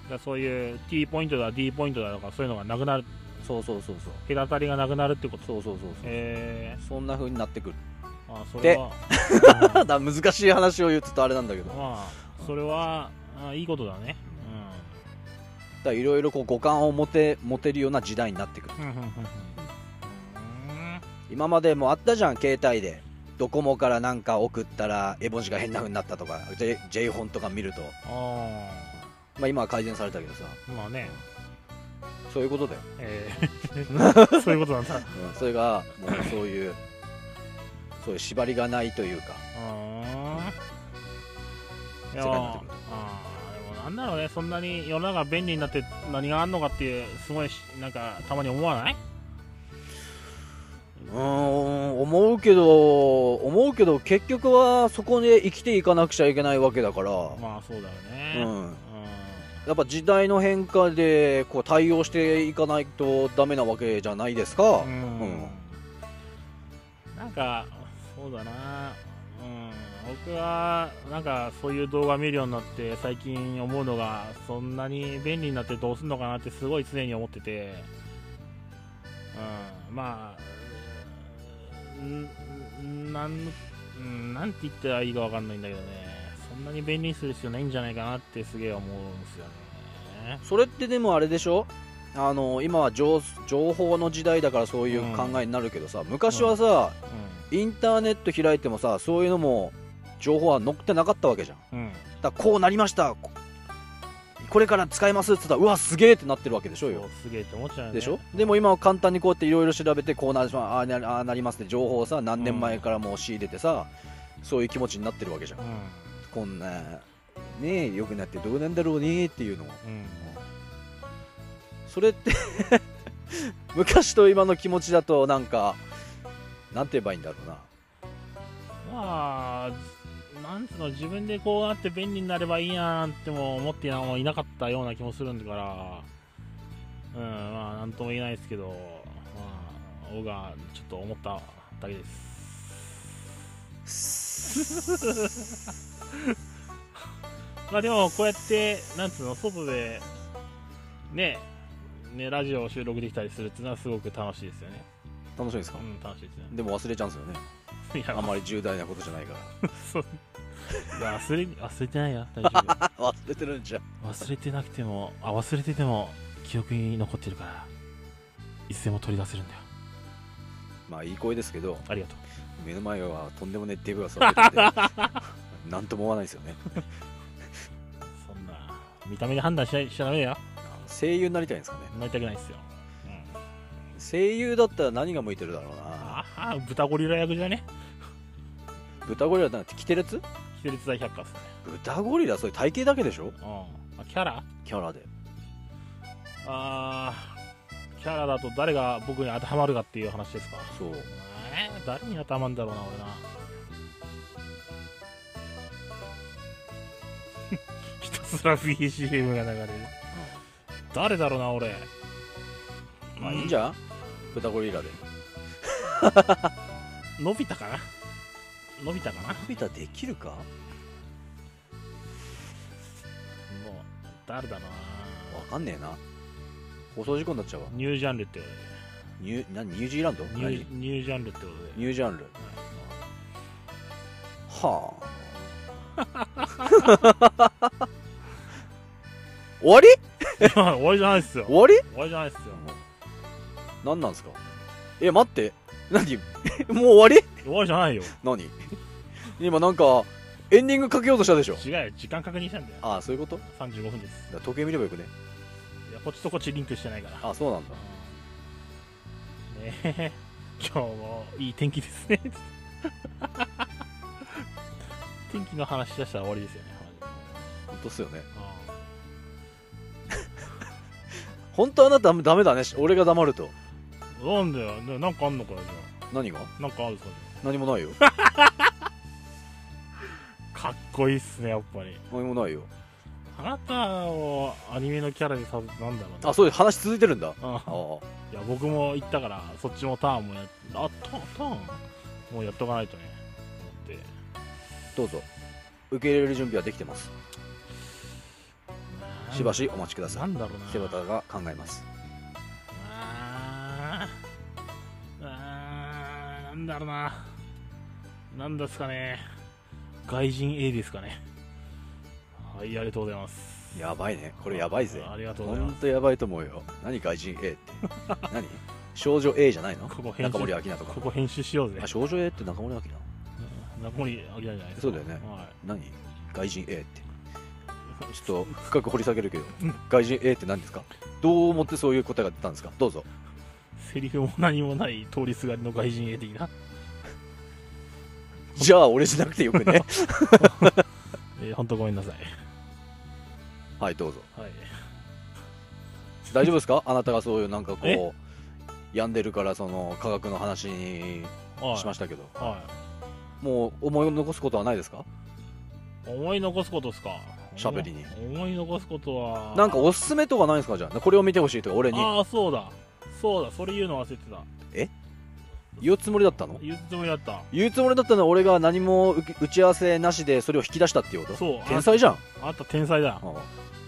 じゃあそういう T ポイントだ、D ポイントだとか、そういうのがなくなる、
そうそうそうそう。
隔たりがなくなるってこと。
そうそうそうそう。
え
そんな風になってくる。
ー、あ、それは。う
た
ん
だ難しい話を言うとあれなんだけど。だか
(laughs) まあ、それは、あいいことだね。
らいろいろこう五感を持て持てるような時代になってくる。
うん。うん。うん。うん。
今までもあったじゃん、携帯で。ドコモからなんか送ったら絵文字が変な風になったとか、J, J 本とか見ると。
あ
まあ今は改善されたけどさ。
ーまあね、
そういうことだよ、
えー、 (laughs) そういうことなんだ。
それがもうそういうそういう縛りがないというか
あーいや
世界になってくる
あーでもなんだろうねそんなに世の中便利になって何があんのかっていうすごいしなんかたまに思わないう
ーん思うけど思うけど結局はそこで生きていかなくちゃいけないわけだから、
まあそうだよね
う
うん
ん、やっぱ時代の変化でこう対応していかないとダメなわけじゃないですか、
うん
うん
なんかそうだなうん僕はなんかそういう動画見るようになって最近思うのがそんなに便利になってどうすんのかなってすごい常に思っててうんまあうんなんうんなんて言ったらいいかわかんないんだけどねそんなに便利にする必要ないんじゃないかなってすげえ思うんですよね
それってでもあれでしょあの今は情情報の時代だからそういう考えになるけどさ、昔はさ、インターネット開いてもさそういうのも情報は載ってなかったわけじゃん
うんうん
だからこうなりましたここれから使えますって言ったらうわすげえってなってるわけでしょう
そ
よ
うすげえって思っちゃうよね
でしょでも今は簡単にこうやっていろいろ調べてこうなりますああなりああなりますって情報をさ何年前からもう仕入れてさ、そういう気持ちになってるわけじゃん
うん
こんなねえよくなってどうなんだろうねっていうの
うん、
それって (laughs) 昔と今の気持ちだとなんかなんて言えばいいんだろうな
まあ、なんつうの、自分でこうなって便利になればいいなーっても思っていなかったような気もするんだから、うん、まあ、なんとも言えないですけど、まあ、僕はちょっと思っただけです。まあ、でも、こうやって、なんつうの、外で、ね、ね、ラジオを収録できたりするっていうのはすごく楽しいですよね。
楽しいですか
う、ん、楽しいですね。
でも忘れちゃうんですよね
いや
あんまり重大なことじゃないから (laughs)
そういや忘れ忘れてないよ大丈
(laughs)
夫
忘れてるんじゃん
忘れてなくてもあ忘れてても記憶に残ってるからいつでも取り出せるんだよ
まあいい声ですけど
ありがとう
(laughs) 目の前はとんでもねえデブが座ってるんでなんとも思わないですよね
見た目で判断しないしちゃダメだよ
声優になりたいんですかね
なりたくないっすよ、うん、
声優だったら何が向いてるだろうな
ああ豚ゴリラ役じゃね
豚ゴリラなんて着てるやつ
キテレツ大百科っすね
豚ゴリラそれ体型だけでしょ
うんあキャラ
キャラで
あーキャラだと誰が僕に当てはまるかっていう話ですか
そう
えー、誰に当てはまるんだろうな (laughs) 俺なひたすら BGM が流れる誰だろうな俺
まあいいんじゃん豚ゴリラで
うんのび太かなのび太かな
のび太できるかわ
もう誰だろうな
かんねえな放送事故になっちゃうわ
ニュージャンルってこ
ニューなニュージーランド
とで
何
ニューニュージャンルってことで
ニュージャンルは (laughs) あ終わり
いや終わりじゃないっすよ
終わり
終わりじゃないっすよ
何なんですかえ待って何 (laughs) もう終わり
終わりじゃないよ
何今なんかエンディングかけようとしたでしょ
違うよ時間確認したんだよ
ああそういうことだか
35分です
ら時計見ればよくね
いやこっちとこっちリンクしてないから
ああそうなんだ
ねえ (laughs) 今日もいい天気ですね (laughs) 天気の話し出したら終わりですよね
本当っすよね
マジで
本当あなたダメだね俺が黙ると
うんなんだよねなんかあんのかよじ
何が
ゃあなんかあるんですか
何もない
(laughs)
よ
じゃあかっこいいっすねやっぱり
何もないよ
あなたをアニメのキャラでさなんだろうな
あそうです話続いてるんだあ
あ
あ
いや僕も行ったからそっちもターンもやっあターンターンもうやっとかないとね思って
どうぞ受け入れる準備はできてます
なん
しばしお待ちくださ
ないんだろうな
瀬端が考えます
あーあーなんだろうななんですかね外人 A ですかねはいありがとうございます
やばいねこれやばいぜ
あありがとうご
ほ
ざいま
ん
す
とやばいと思うよ何外人
(laughs)
A って何少女 A じゃないの
ここ編
中
集
森明菜とか
ここ編集しようぜ
あ少女 A って中森明菜
中森明菜じゃないですか
そうだよね
は
何外人 A っ
(laughs)
てちょっと深く掘り下げるけど外人 A って何ですかどう思ってそういう答えが出たんですかどうぞ
い、セリフも何もない通りすがりの外人 A 的な、 (laughs)
じゃあ俺じゃなくてよく
(laughs)
ね
えー、本当ごめんなさい、
はいどうぞ
はい、
大丈夫ですかあなたがそういうなんか
え
こう病んでるからその科学の話に
はい
しましたけど
は
もう思い残すことはないですか
い、思い残すことですか
喋りに
思い残すことは
なんかおすすめとかないですかじゃあこれを見てほしいとか俺に
ああそうだそうだそれ言うの忘れてた
言うつもりだったの
言うつもりだった
言うつもりだったのは俺が何もうき打ち合わせなしでそれを引き出したっていうこと
そう
天才じゃん
あんた天才
あ
だ
あ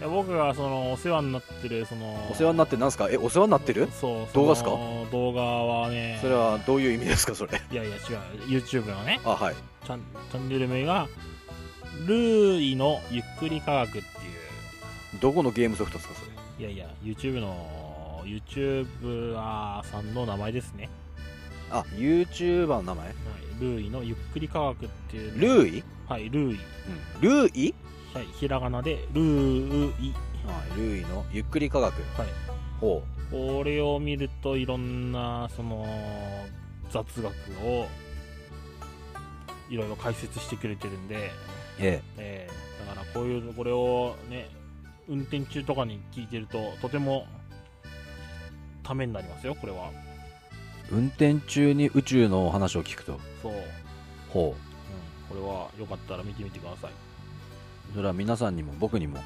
いや僕がそのお世話になってるその
お世話になってなんすかえお世話にな
な
ってる
そう
動画っすか
その動画はね
それはどういう意味ですかそ
(laughs)
れ
いやいや違う YouTube のね
あはい
チャンチャンネル名が「ルーイのゆっくり科学」っていう
どこのゲームソフトですかそれ
いやいや YouTube の YouTuber さんの名前ですね、
あ YouTuber の名前
はい、ルーイのゆっくり科学っていう
ル
ー
ーイ、
はいルーイ、
ルーイ、
はい、ひらがなでルーイ
はい、ルーイのゆっくり科学
はい
ほ
これを見るといろんなその雑学をいろいろ解説してくれてるんで、
うえ
えーだからこういうこれをね運転中とかに聞いてるととてもためになりますよこれは
運転中に宇宙のお話を聞くと
そう、うん、
ほ
これはよかったら見てみてくださいう
それは皆さんにも僕にも、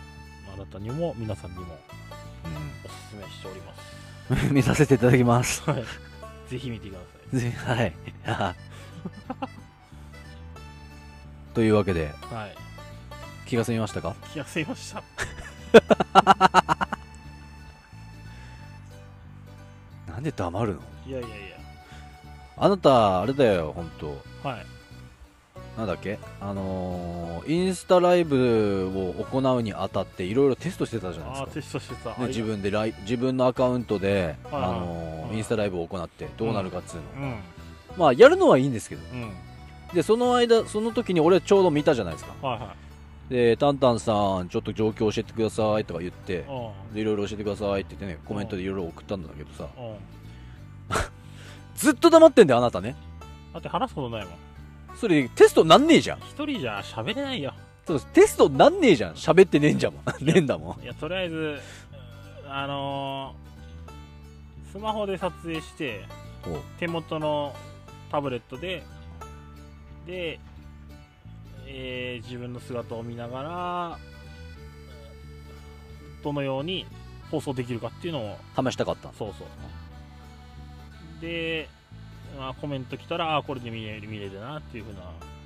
あなたにも皆さんにもおすすめしております
うん、 (laughs) 見させていただきます
はいぜひ見てくだ
(laughs)
さ
ぜはい。というわけで、
いはい
気が済みましたか
気が済みました
なんで黙るの
いやいやい
あなた、あれだよ、本当
やはい
なんだっけあのー、インスタライブを行うにあたって、いろいろテストしてたじゃない
ああ
です
テストしてた、
か。ね、自分でライ自分のアカウントで、
はいはい
あのー
はい
インスタライブを行ってどうなるかっつうの、
うん
まあやるのはいいんですけど
うん
でその間その時に俺ちょうど見たじゃないですか
はいは
で、タンタンさん、ちょっと状況教えてくださいとか言って、
あ
でいろいろ教えてくださいって言ってね、コメントでいろいろ送ったんだけどさ、
あうん
ずっと黙ってんだよ、あなたね。
だって話すことないもん
それ、テストなんねえじゃん。
一人じゃ喋れないよ
そうテストなんねえじゃん。喋ってねえんじゃも (laughs) ん。ねえんだもん。
いやとりあえずうーあのースマホで撮影して
おう
手元のタブレットでで、えー自分の姿を見ながらどのように放送できるかっていうのを
試したかったんだ
そうそうで、まあ、コメント来たらあーこれで見れる見れるなっていうふうな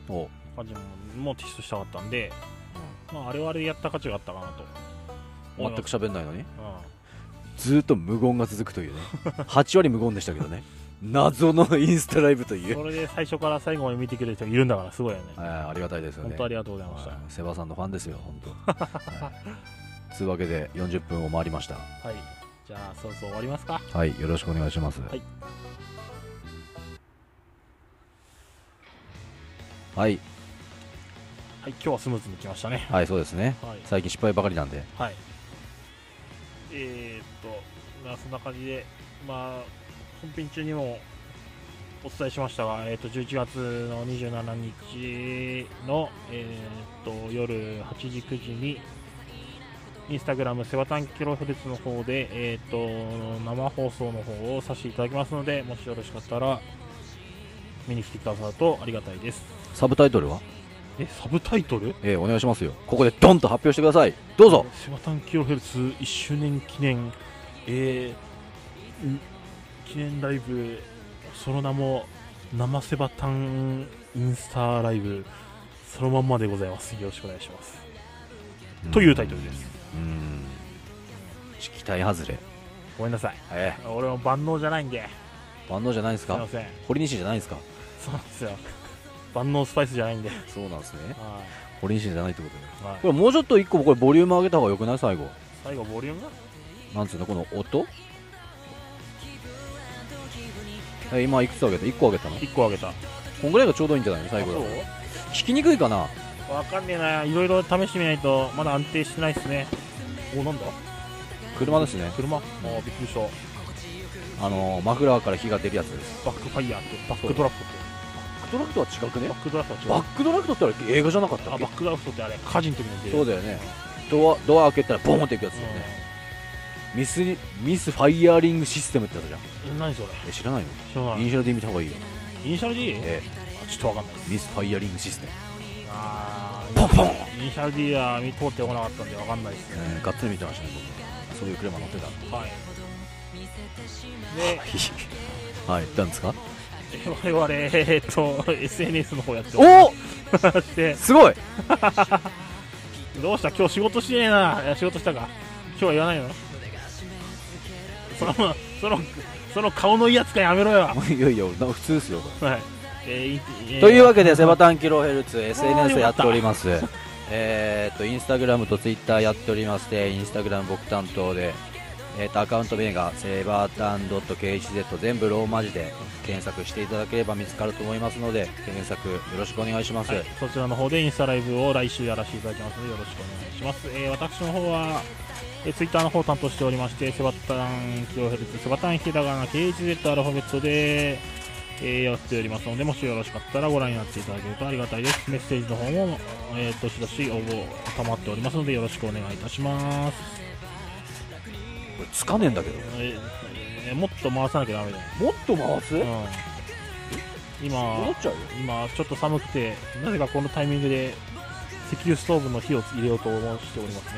おう
感じももうテストしたかったんで、まあ、あれはあれでやった価値があったかなと
全く喋んないのに。
うん
ずっと無言が続くというね。8割無言でしたけどね。 (laughs) 謎のインスタライブという。 (laughs)
それで最初から最後まで見てくれる人がいるんだからすごいよね
えーありがたいですよね。
本当ありがとうございました
はいセバさんのファンですよ、本 (laughs) 当。はいつうわけで40分を回りました。
はいじゃあそろそろ終わりますか。
はい、よろしくお願いします。はいはい、
はい今日はスムーズに来ましたね
はい、そうですね。
はい
最近失敗ばかりなんで。
はいえー、っとまあそんな感じでまあ本編中にもお伝えしましたが、えー、っと11月の27日の、えー、っと夜8時9時にインスタグラムセバタンキロヘルツの方で、えー、と生放送の方をさせていただきますのでもしよろしかったら見に来てくださるとありがたいです
サブタイトルは
えサブタイトル
えーお願いしますよ。ここでドンと発表してください。どうぞ。
セバタンキロヘルツ1周年記念、えーん記念ライブ、その名も、生セバタンインスタライブ、そのまんまでございます。よろしくお願いします。というタイトルです。
うん。期待外れ。
ごめんなさい。
え
俺も万能じゃないんで、
ー、万能じゃないです
すいま
か
せん。
堀西じゃないですか
そうなんですよ。万能スパイスじゃないんで。は
そうなんですね。
い
堀西じゃないってことね。
はい
これもうちょっと一個これボリューム上げた方がよくない最後。
最後、ボリュームが
なんつうのこの音え今いくつ上げた ?1 個上げたの
1個あげた。
こんぐらいがちょうどいいんじゃないの最後だと
あ
聞きにくいかな
そうわかんねえな。いろいろ試してみないと、まだ安定してないですね。お、なんだ
車ですね
車あーびっくりした
あのーマフラーから火が出るやつです
バックファイヤーってバックドラフトって
バックドラフトは違くね
バックドラフトは
バ
違
ックドラフトってあれ映画じゃなかった
うあ
っけ
バックドラフトってあれ火事の時に出る
そうだよねドアドア開けたらボーンっていくやつだよねミスにミスファイヤーリングシステムってやつじゃん
うん何それ
え知らないの
知らな
イン
い
シャルで見た方がいいよ
イニシャル D?
え
あちょっとわかんないです
ミスファイヤーリングシステム
あ
ポンポン
ーイニシャル D は見通ってこなかったんでわかんないですね
えーがっつり見てましたね僕そういう車乗ってたんで
はい (laughs) で
はい行ったんですか
え我々えーっと SNS の方やって
おお
おして
すごい
どうした今日仕事してねえないや仕事したか今日は言わないのそのそのその顔のいいやつかやめろよはい
(laughs) やいや、な普通ですよ、こ
えーいえ
れ。
ー
というわけで、セバタンキロヘルツ、
あ
SNS
ーよか
や
っ
ったております。 (laughs) えーっと、インスタグラムとツイッターやっておりまして、インスタグラム僕担当で、えーっと、アカウント名が、セバタン .khz 全部ローマ字で検索していただければ見つかると思いますので、検索よろしくお願いします。
はい、そちらの方でインスタライブを来週やらせていただきますのでよろしくお願いします、えー私の方は、えー、ツイッターの方を担当しておりましてセバタンキロヘルツセバタンひらがな KHZ アルファベットで、えーやっておりますのでもしよろしかったらご覧になっていただけるとありがたいですメッセージの方も、えー、どしどし応募賜っておりますのでよろしくお願いいたします、
これ、つかねえんだけど。
えーえーもっと回さなきゃダメだよ、
もっと回す
うん、今
戻っちゃうよ。
今ちょっと寒くてなぜかこのタイミングで石油ストーブの火を入れようと思っておりますね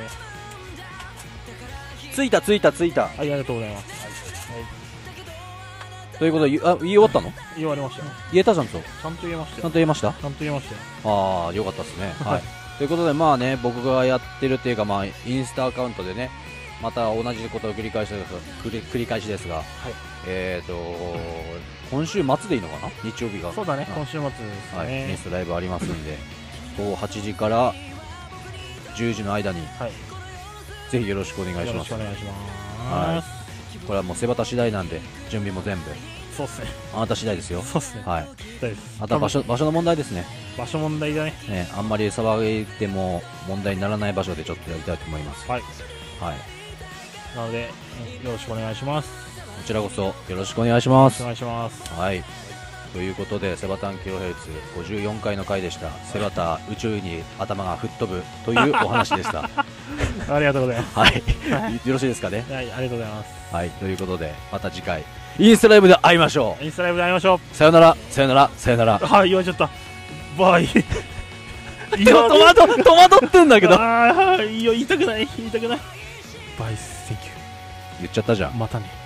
ついた、ついた、ついた。
はいありがとうございます、はい
ということで、言あ言い終わったの
言われましたよ
言えたじゃん、そう。ち
ちゃんと言えまし
ゃん
た
と
よ
言えました
ちゃんと言えましたよ
ああ、よかったですね。はい。ということで、まあね、僕がやってるっていうか、まあ、インスタアカウントでね、また同じことを繰り返しです繰り繰り返しですが、えっ、と今週末でいいのかな日曜日が。
そうだね
ん
今週末です
はい、イン
ね
スタライブありますんで、午後8時から10時の間に、
はい、
ぜひよろしくお願いし
よろ
ま
し
す
くお。願いします、
これはもう背端次第なんで、準備も全部、
そうっすね
あなた次第ですよ。
そうっすね
はい。
大丈夫です
あとは場所場所の問題ですね。
場所問題だね。
ね、あんまり騒いでも問題にならない場所でちょっとやりたいと思います。
はい。
はい。
なので、よろしくお願いします。
こちらこそよろしくお願いします
お。願いします。
はい。ということで、セバタンキロヘルツ54回の回でした。セバタ宇宙に頭が吹っ飛ぶというお話で (laughs) した。
ありがとうございま
はい。よろしいですかね。
す。はい、ありがとうございます。
はい。ということで、また次回、インスタライブで会いましょ
インスタライブで会いましょ
う。さよなら、さよなら、さよなら
う。。はい、言われちゃった。バイ。い
でも戸惑、戸惑ってんだけど。
ああ、いいよ、言いたくない、言いたくない。バイ、センキュ
言っちゃったじゃん
ー。。またね。